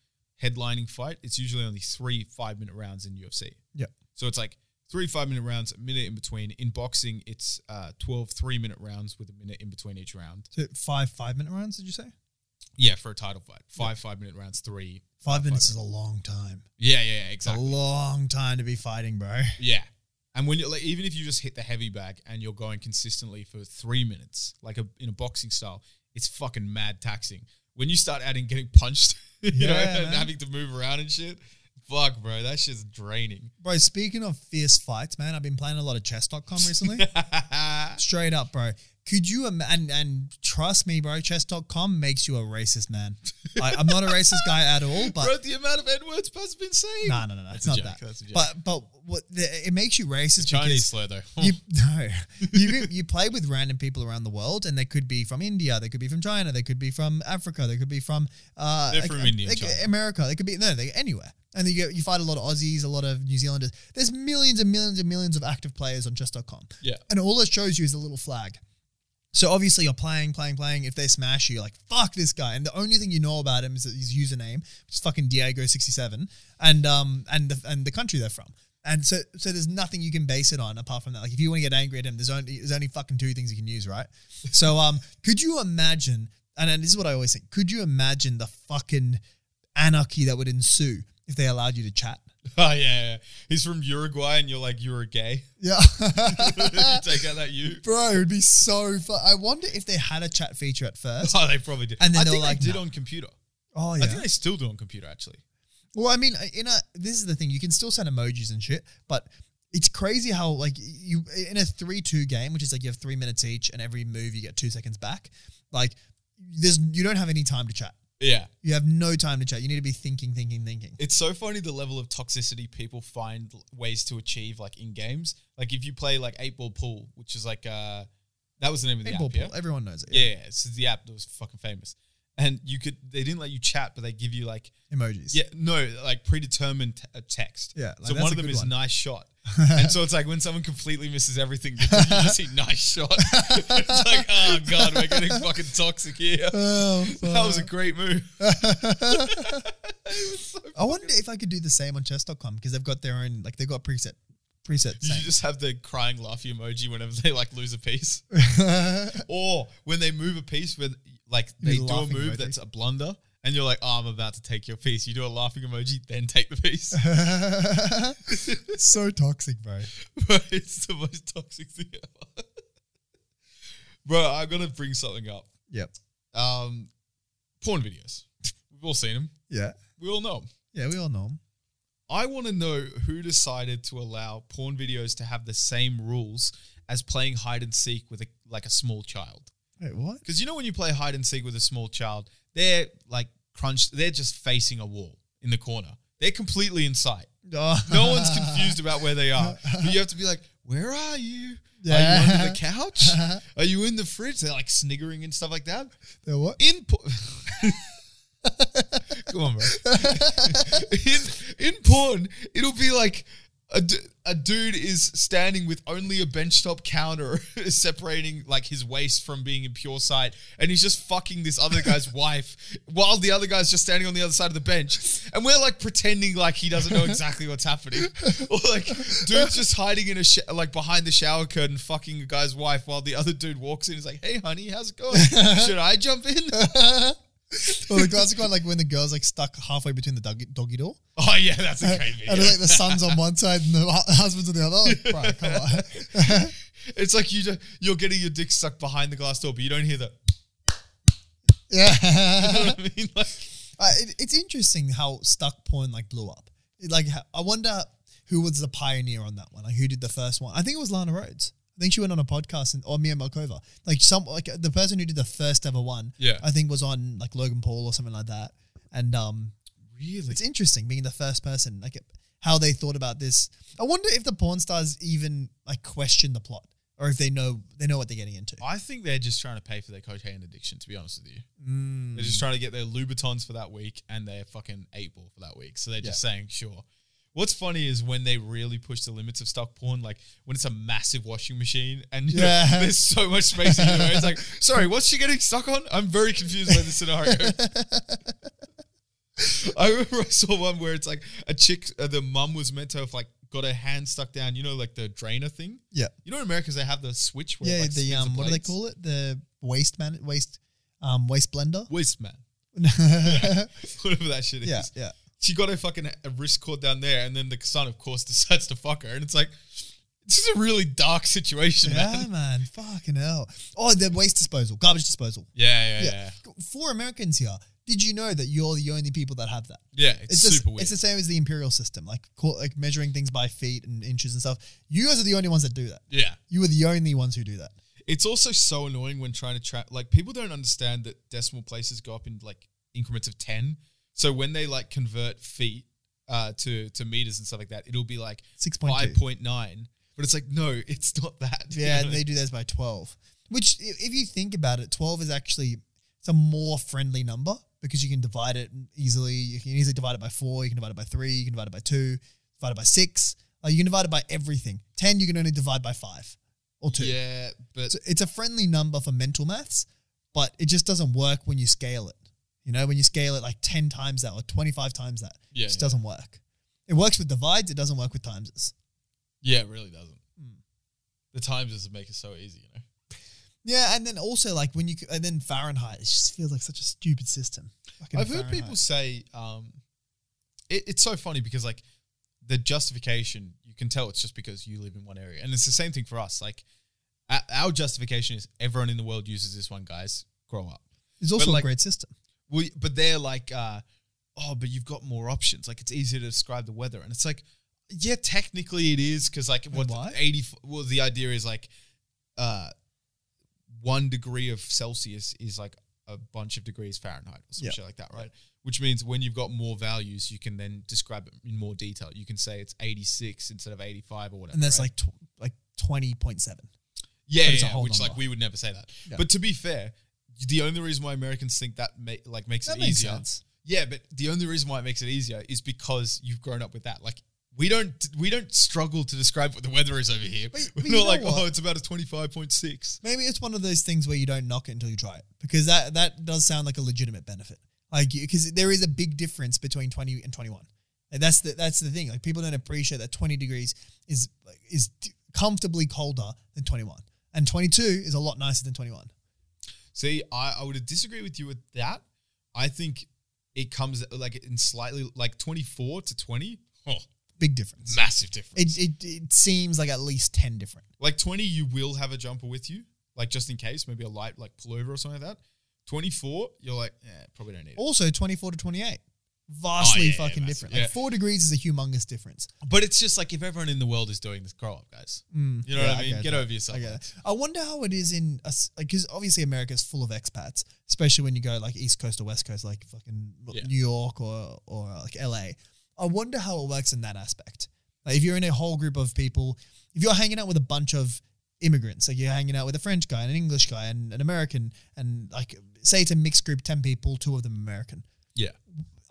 headlining fight, it's usually only three five minute rounds in UFC. Yeah. So it's like Three five minute rounds, a minute in between. In boxing, it's uh, 12 three minute rounds with a minute in between each round. So five five minute rounds, did you say? Yeah, for a title fight. Five five minute rounds, three. Five minutes is a long time. Yeah, yeah, yeah, It's a exactly. long time to be fighting, bro. Yeah. And when you like, even if you just hit the heavy bag and you're going consistently for three minutes, like a, in a boxing style, it's fucking mad taxing. When you start adding getting punched, you know, Yeah, and man. having to move around and shit, fuck, bro, that shit's draining. Bro, speaking of fierce fights, man, I've been playing a lot of chess.com recently. Straight up, bro. Could you ima- and and trust me, bro, chess.com makes you a racist man. I, I'm not a racist guy at all, but bro, the amount of N words Buzz been saying. no, no, no, no, it's a not joke, that. that's a joke. But but what the, it makes you racist Chinese because slur though. you no you you play with random people around the world, and they could be from India, they could be from China, they could be from Africa, they could be from uh, They're like, from uh, India, like, China. America, they could be no, they anywhere. And then you, you fight a lot of Aussies, a lot of New Zealanders. There's millions and millions and millions of active players on chess.com. yeah. And all it shows you is a little flag. So obviously you're playing, playing, playing. If they smash you, you're like, fuck this guy. And the only thing you know about him is his username, which is fucking Diego67, and um and the and the country they're from. And so so there's nothing you can base it on apart from that. Like if you want to get angry at him, there's only there's only fucking two things you can use, right? So um could you imagine and, and this is what I always think, could you imagine the fucking anarchy that would ensue if they allowed you to chat? Oh yeah, yeah. He's from Uruguay and you're like you're a gay. Yeah. you take out that you. Bro, it would be so fun. I wonder if they had a chat feature at first. Oh, they probably did. And then I they think were like, they did nah. on computer. Oh I think they still do on computer actually. well, I mean, uh, in a this is the thing. You can still send emojis and shit, but it's crazy how like you in a three-two game, which is like you have three minutes each, and every move you get two seconds back. Like, there's you don't have any time to chat. Yeah. You have no time to chat. You need to be thinking, thinking, thinking. It's so funny the level of toxicity people find l- ways to achieve like in games. Like if you play like eight ball pool, which is like uh that was the name of the Paintball app. Yeah? pool, Everyone knows it. yeah, yeah, It's the app that was fucking famous. And you could they didn't let you chat, but they give you like Emojis. yeah, no, like predetermined t- a text. Yeah, like, so that's a one of them good is one. nice shot. and so it's like when someone completely misses everything, you just see nice shot. it's like, oh god, we're getting fucking toxic here. Oh, That was a fuck. great move. I wonder if I could do the same on chess.com because they've got their own, like, they've got preset, preset. You just have the crying laughing emoji whenever they like lose a piece, or when they move a piece with like they the do a laughing move emoji. that's a blunder, and you're like, "Oh, I'm about to take your piece." You do a laughing emoji, then take the piece. so toxic, bro. Bro, it's the most toxic thing ever. Bro, I'm gonna bring something up. Yep. Um, porn videos. We've all seen them. Yeah. We all know 'em. Yeah, we all know him. I want to know who decided to allow porn videos to have the same rules as playing hide and seek with a, like a small child. Wait, what? Because you know when you play hide and seek with a small child, they're like crunched. They're just facing a wall in the corner. They're completely in sight. No one's confused about where they are. But you have to be like, "Where are you? Are you Yeah. under the couch? Are you in the fridge?" They're like sniggering and stuff like that. They're what? In po- come on, bro. in in porn, it'll be like. A, d- a dude is standing with only a benchtop counter separating like his waist from being in pure sight and he's just fucking this other guy's wife while the other guy's just standing on the other side of the bench and we're like pretending like he doesn't know exactly what's happening or like dude's just hiding in a sh- like behind the shower curtain fucking a guy's wife while the other dude walks in he's like hey honey how's it going should i jump in Well, the classic one, like when the girl's like stuck halfway between the doggy, doggy door, Oh yeah, that's a great and video. like the son's on one side and the hu- husband's on the other. Like, bro, come on. it's like you just, you're getting your dick stuck behind the glass door, but you don't hear the. You know Yeah. what I mean? Like, Uh, it, it's interesting how stuck porn like blew up. It, like, ha- I wonder who was the pioneer on that one. Like, who did the first one? I think it was Lana Rhodes. I think she went on a podcast and or Mia Malkova. Like some like the person who did the first ever one. Yeah. I think was on like Logan Paul or something like that. And um, really? it's interesting being the first person like how they thought about this. I wonder if the porn stars even like question the plot or if they know they know what they're getting into. I think they're just trying to pay for their cocaine addiction. To be honest with you, Mm. they're just trying to get their Louboutins for that week and their fucking eight ball for that week. So they're just saying sure. What's funny is when they really push the limits of stock porn, like when it's a massive washing machine and you know, Yeah. there's so much space in the way. It's like, sorry, what's she getting stuck on? I'm very confused by this scenario. I remember I saw one where it's like a chick, uh, the mum was meant to have like got a hand stuck down. You know, like the drainer thing. Yeah. You know, in America, they have the switch. Where Yeah, it, like, the um, what do they call it? The waste man, waste, um, waste blender. Waste man, yeah, whatever that shit is. yeah, yeah, She got her fucking a wrist caught down there, and then the son, of course, decides to fuck her, and it's like. This is a really dark situation, man. man. Fucking hell. Oh, the waste disposal, garbage disposal. Yeah, yeah, Yeah. yeah. For Americans here, did you know that you're the only people that have that? Yeah, it's, It's, just, super weird. It's the same as the imperial system, like call, like measuring things by feet and inches and stuff. You guys are the only ones that do that. yeah. You are the only ones who do that. It's also so annoying when trying to track. Like people don't understand that decimal places go up in like increments of ten. So when they like convert feet uh, to to meters and stuff like that, it'll be like Six point five two. point nine. But it's like no, it's not that. You Yeah, know? they do those by 12. Which, i- if you think about it, 12 is actually it's a more friendly number because you can divide it easily. You can easily divide it by four. You can divide it by three. You can divide it by two. Divide it by six. Like you can divide it by everything. Ten, you can only divide by five or two. yeah, but So it's a friendly number for mental maths, but it just doesn't work when you scale it. You know, when you scale it like ten times that or twenty-five times that, yeah, it just doesn't work. It works with divides. It doesn't work with timeses. yeah, it really doesn't. Hmm. The times just make it so easy, you know. Yeah, and then also like when you c- and then Fahrenheit, it just feels like such a stupid system. Fucking I've heard Fahrenheit. people say um, it, it's so funny because like the justification you can tell it's just because you live in one area, and it's the same thing for us. Like our, our justification is everyone in the world uses this one, guys. Grow up. It's also but, like- a great system. We, but they're like, uh, oh, but you've got more options. Like it's easier to describe the weather, and it's like, yeah, technically it is because like what why? eighty. Well, the idea is like, uh, one degree of Celsius is like a bunch of degrees Fahrenheit or some Yeah. shit like that, right? Which means when you've got more values, you can then describe it in more detail. You can say it's eighty six instead of eighty five or whatever. And that's right? like tw- like twenty point seven. Yeah, But it's a yeah, whole which number. like we would never say that. Yeah. But to be fair, the only reason why Americans think that ma- like makes That it makes easier. sense. Yeah, but the only reason why it makes it easier is because you've grown up with that. Like we don't we don't struggle to describe what the weather is over here. But- We're but you not know like what? oh, it's about a twenty five point six. Maybe it's one of those things where you don't knock it until you try it because that that does sound like a legitimate benefit. Like because there is a big difference between twenty and twenty one. Like that's the that's the thing. Like people don't appreciate that twenty degrees is like, is d- comfortably colder than twenty one, and twenty two is a lot nicer than twenty one. See, I, I would disagree with you with that. I think it comes like in slightly like twenty four to twenty. Oh, Big difference. massive difference. It, it it seems like at least ten different. Like 20, you will have a jumper with you, like just in case, maybe a light like pullover or something like that. 24, you're like, eh, probably don't need it. Also, 24 to 28. Vastly Oh, yeah, yeah, fucking massive, different. Like yeah. four degrees is a humongous difference. But it's just like if everyone in the world is doing this, grow up, guys. Mm, You know yeah, what I mean? get Get that. over yourself. I get that. I wonder how it is in, because like 'cause obviously America's full of expats, especially when you go like East Coast or West Coast, like fucking Yeah. New York or, or like LA. I wonder how it works in that aspect. Like if you're in a whole group of people, if you're hanging out with a bunch of immigrants, like you're hanging out with a French guy and an English guy and an American, and like say it's a mixed group, 10 people, two of them American. Yeah.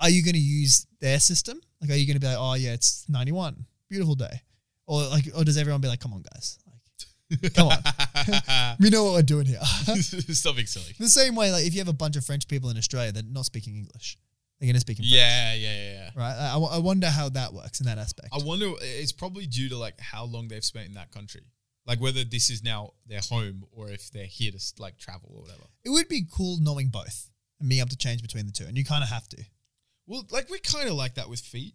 are you going to use their system? Like, are you going to be like, oh yeah, it's ninety one, beautiful day, or like, or does everyone be like, come on, guys, like, come on, we know what we're doing here. Stop being silly. the same way, like, if you have a bunch of French people in Australia that are not speaking English, they're going to speak in French, Yeah, yeah, yeah, yeah. right? I, I wo- I wonder how that works in that aspect. I wonder, it's probably due to like how long they've spent in that country. Like whether this is now their home or if they're here to like travel or whatever. it would be cool knowing both and being able to change between the two, and you kind of have to. Well, like we're kind of like that with feet.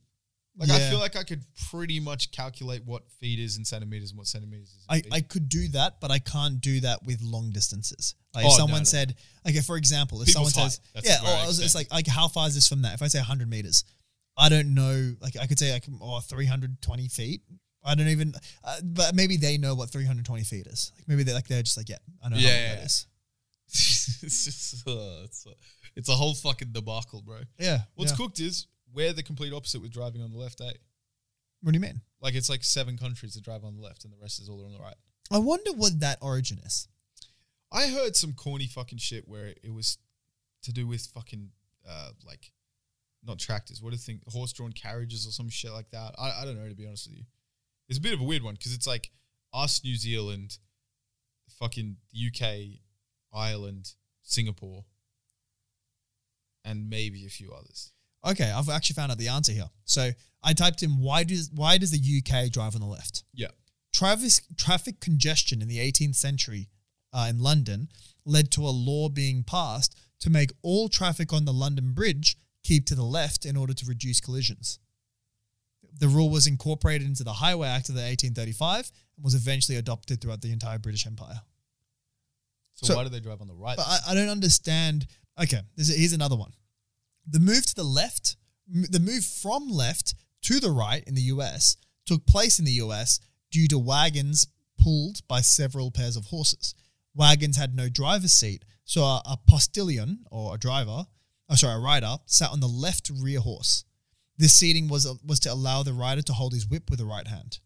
Like I Yeah. feel like I could pretty much calculate what feet is in centimeters and what centimeters is. In I, feet. I could do that, but I can't do that with long distances. Like if Oh, no, someone no. said, like if, for example, if People's someone height. says, That's yeah, where oh, I it's- it's stand. like, like how far is this from that? If I say 100 meters, I don't know. Like I could say like oh, 320 feet. I don't even, uh, but maybe they know what 320 feet is. Like maybe they're like they're just like, yeah, I know Yeah, how long yeah, that is. it's just uh, it's, a, it's a whole fucking debacle, bro. Yeah. What's yeah. cooked is we're the complete opposite with driving on the left. Eh? What do you mean? Like it's like seven countries that drive on the left, and the rest is all on the right. I wonder what that origin is. I heard some corny fucking shit where it was to do with fucking uh, like not tractors. What do you think? Horse drawn carriages or some shit like that. I, I don't know to be honest with you. It's a bit of a weird one because it's like us, New Zealand, fucking UK, Ireland, Singapore, and maybe a few others. Okay, I've actually found out the answer here. So I typed in why does why does the UK drive on the left? Yeah. Travis, traffic congestion in the 18th century uh, in London led to a law being passed to make all traffic on the London Bridge keep to the left in order to reduce collisions. The rule was incorporated into the Highway Act of the 1835 and was eventually adopted throughout the entire British Empire. So, So- why do they drive on the right? But I, I don't understand. Okay, there's a- here's another one. The move to the left, m- the move from left to the right in the US took place in the US due to wagons pulled by several pairs of horses. Wagons had no driver's seat, so a, a postilion or a driver, oh, sorry, a rider sat on the left rear horse. This seating was was to allow the rider to hold his whip with the right hand.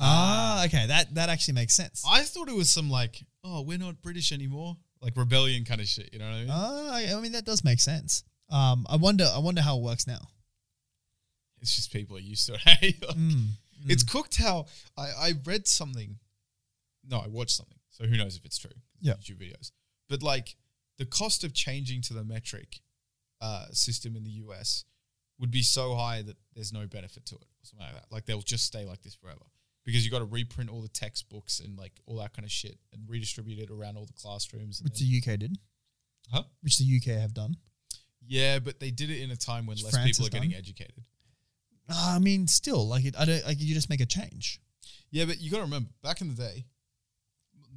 Ah, okay, that that actually makes sense. I thought it was some like, oh, we're not British anymore, like rebellion kind of shit. You know what I mean? Ah, I I mean that does make sense. Um, I wonder, I wonder how it works now. it's just people are used to it. Hey, Like, Mm, It's cooked how I, I read something. No, I watched something. So who knows if it's true? Yeah. YouTube videos. But like the cost of changing to the metric uh, system in the US would be so high that there's no benefit to it or something like that. Like they'll just stay like this forever because you got to reprint all the textbooks and like all that kind of shit and redistribute it around all the classrooms. And which then- the UK did, Huh? which the UK have done. Yeah, but they did it in a time when Which less France people has are getting done. educated. Ah, I mean, still, like, it, I don't, like, you just make a change. Yeah, but you got to remember back in the day,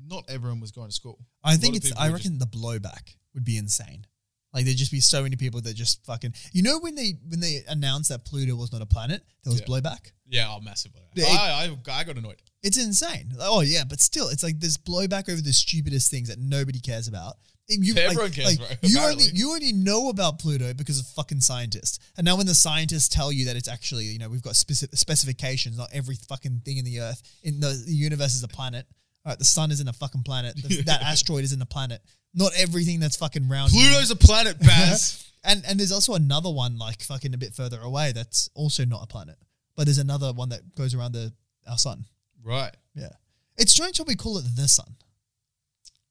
not everyone was going to school. I A think lot of it's, people I would just- reckon the blowback would be insane. Like, there'd just be so many people that just fucking, you know, when they when they announced that Pluto was not a planet, there was Yeah. blowback. Yeah, oh, massively. Yeah, I, I, I got annoyed. It's insane. Oh yeah, but still, it's like this blowback over the stupidest things that nobody cares about. And you- Yeah, everyone cares, bro, You only apparently. you only know about Pluto because of fucking scientists. And now when the scientists tell you that it's actually you know we've got specific specifications, not every fucking thing in the Earth in the, the universe is a planet. All right, the sun isn't a fucking planet. The- that asteroid isn't a planet. Not everything that's fucking round. Pluto's a planet, Baz. and and there's also another one like fucking a bit further away that's also not a planet. But there's another one that goes around the our sun. right. Yeah. It's strange how we call it the sun.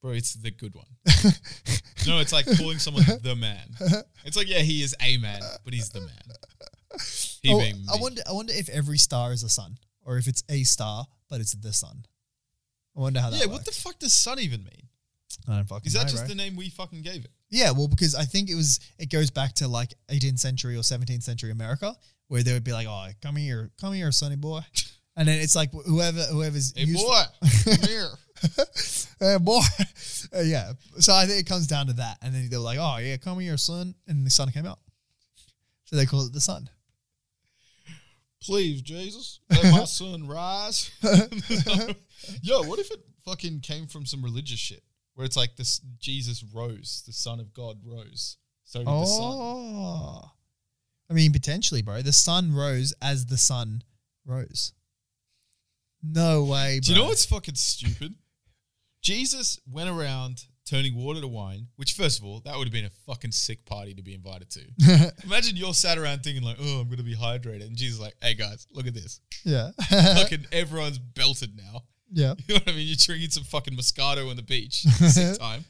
Bro, it's the good one. no, it's like calling someone the man. It's like, yeah, he is a man, but he's the man. He Oh, being I me. wonder I wonder if every star is a sun or if it's a star but it's the sun. I wonder how that Yeah, what the fuck does sun even mean? the I don't fucking Is that know, just bro. the name we fucking gave it? Yeah, well because I think it was it goes back to like 18th century or 17th century America where they would be like, "Oh, come here, come here, sonny boy." And then it's like wh- whoever whoever's Hey, useful- boy, come here. uh, boy. Uh, yeah. So I think it comes down to that. And then they were like, oh, yeah, come here, son. And the sun came out. So they call it the sun. Please, Jesus, let my son rise. Uh-huh. Yo, what if it fucking came from some religious shit where it's like this Jesus rose, the son of God rose. So did the sun. Oh. I mean, potentially, bro. The sun rose as the sun rose. No way, bro. Do you know what's fucking stupid? Jesus went around turning water to wine, which, first of all, that would have been a fucking sick party to be invited to. Imagine you're sat around thinking, like, oh, I'm going to be hydrated. And Jesus is like, hey, guys, look at this. yeah. Fucking everyone's belted now. yeah. You know what I mean? You're drinking some fucking Moscato on the beach. Sick time.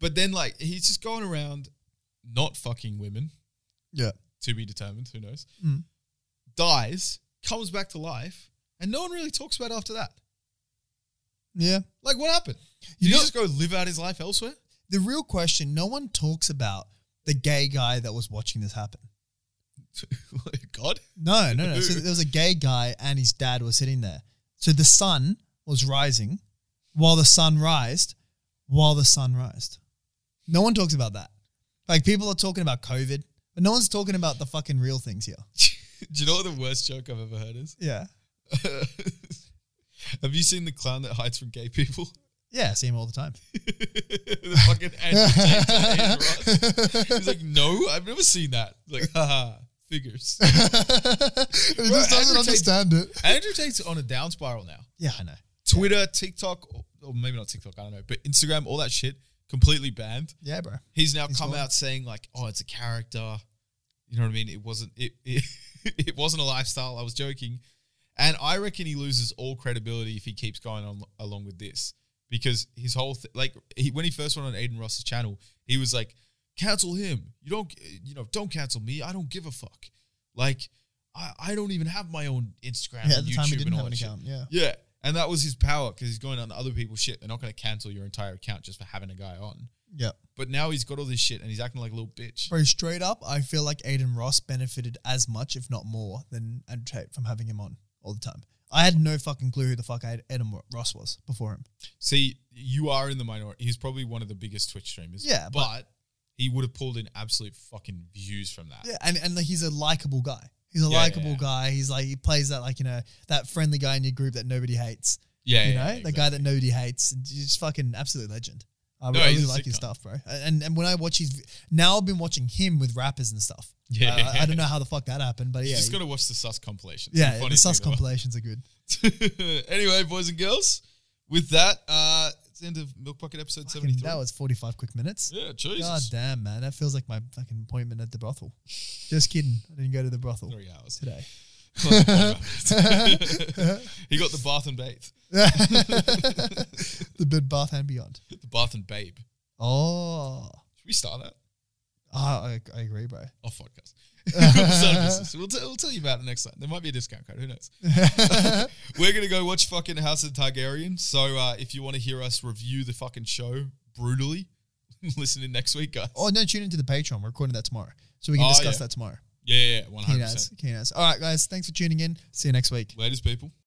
But then, like, he's just going around not fucking women, Yeah. to be determined, who knows. Mm. Dies, comes back to life, and no one really talks about it after that. Yeah. Like, what happened? Did You he know- just go live out his life elsewhere? The real question no one talks about the gay guy that was watching this happen. God? No, no, no. So there was a gay guy and his dad was sitting there. So the sun was rising while the sun rised, while the sun rised. No one talks about that. Like people are talking about COVID, but no one's talking about the fucking real things here. Do you know what the worst joke I've ever heard is? Yeah. Have you seen the clown that hides from gay people? Yeah, I see him all the time. the fucking Andrew Tate to Andrew Ross. He's like, no, I've never seen that. It's like, haha, figures. he just doesn't understand it. Andrew Tate's on a down spiral now. Yeah, I know. Twitter, TikTok, or, or maybe not TikTok, I don't know, but Instagram, all that shit, completely banned. Yeah, bro. He's now He's come gone. out saying like, "Oh, it's a character." You know what I mean? It wasn't it it, it wasn't a lifestyle. I was joking, and I reckon he loses all credibility if he keeps going on along with this because his whole th- like he, when he first went on Aiden Ross's channel, he was like, cancel him. You don't, you know, don't cancel me. I don't give a fuck. Like, I, I don't even have my own Instagram Yeah, at and the YouTube time he didn't and all have an that shit. account. Yeah. Yeah, and that was his power because he's going on other people's shit. They're not going to cancel your entire account just for having a guy on. Yeah. But now he's got all this shit and he's acting like a little bitch. Bro, straight up, I feel like Aiden Ross benefited as much, if not more, than Andrew Tate from having him on all the time. I had no fucking clue who the fuck Aid- Aiden Ro- Ross was before him. See, you are in the minority. He's probably one of the biggest Twitch streamers. Yeah, but, he would have pulled in absolute fucking views from that. Yeah, and, and like, he's a likable guy. He's a Yeah, likable yeah. guy. He's like, he plays that, like, you know, that friendly guy in your group that nobody hates. Yeah, you yeah, know, yeah, the guy that nobody hates. and He's just fucking absolute legend. I, No, I he's really a like his sitcom. stuff, bro. And and when I watch his, now I've been watching him with rappers and stuff. Uh, Yeah. I- I, I don't know how the fuck that happened, but You yeah, just gotta watch the sus compilation. It's yeah. The funniest sus thing in world. compilations are good. anyway, boys and girls, with that, uh, it's the end of Milk Bucket episode Fucking, seventy three. that was forty five quick minutes. yeah, God Jesus, damn, man, that feels like my fucking appointment at the brothel. Just kidding, I didn't go to the brothel three hours. today. he got the bath and bathe, the bed bath and beyond. the bath and babe. Oh, Should we start that? Ah, I, I agree, bro. Off podcast. we'll, start a business. We'll, t- we'll tell you about it next time. There might be a discount code. Who knows? We're gonna go watch fucking House of the Targaryen. So uh, if you want to hear us review the fucking show brutally, listen in next week, guys. Oh no, tune into the Patreon. We're recording that tomorrow, so we can Oh, discuss yeah. that tomorrow. Yeah, yeah, one Keen hundred ass, percent. keen ass. All right, guys, thanks for tuning in. See you next week. Latest people.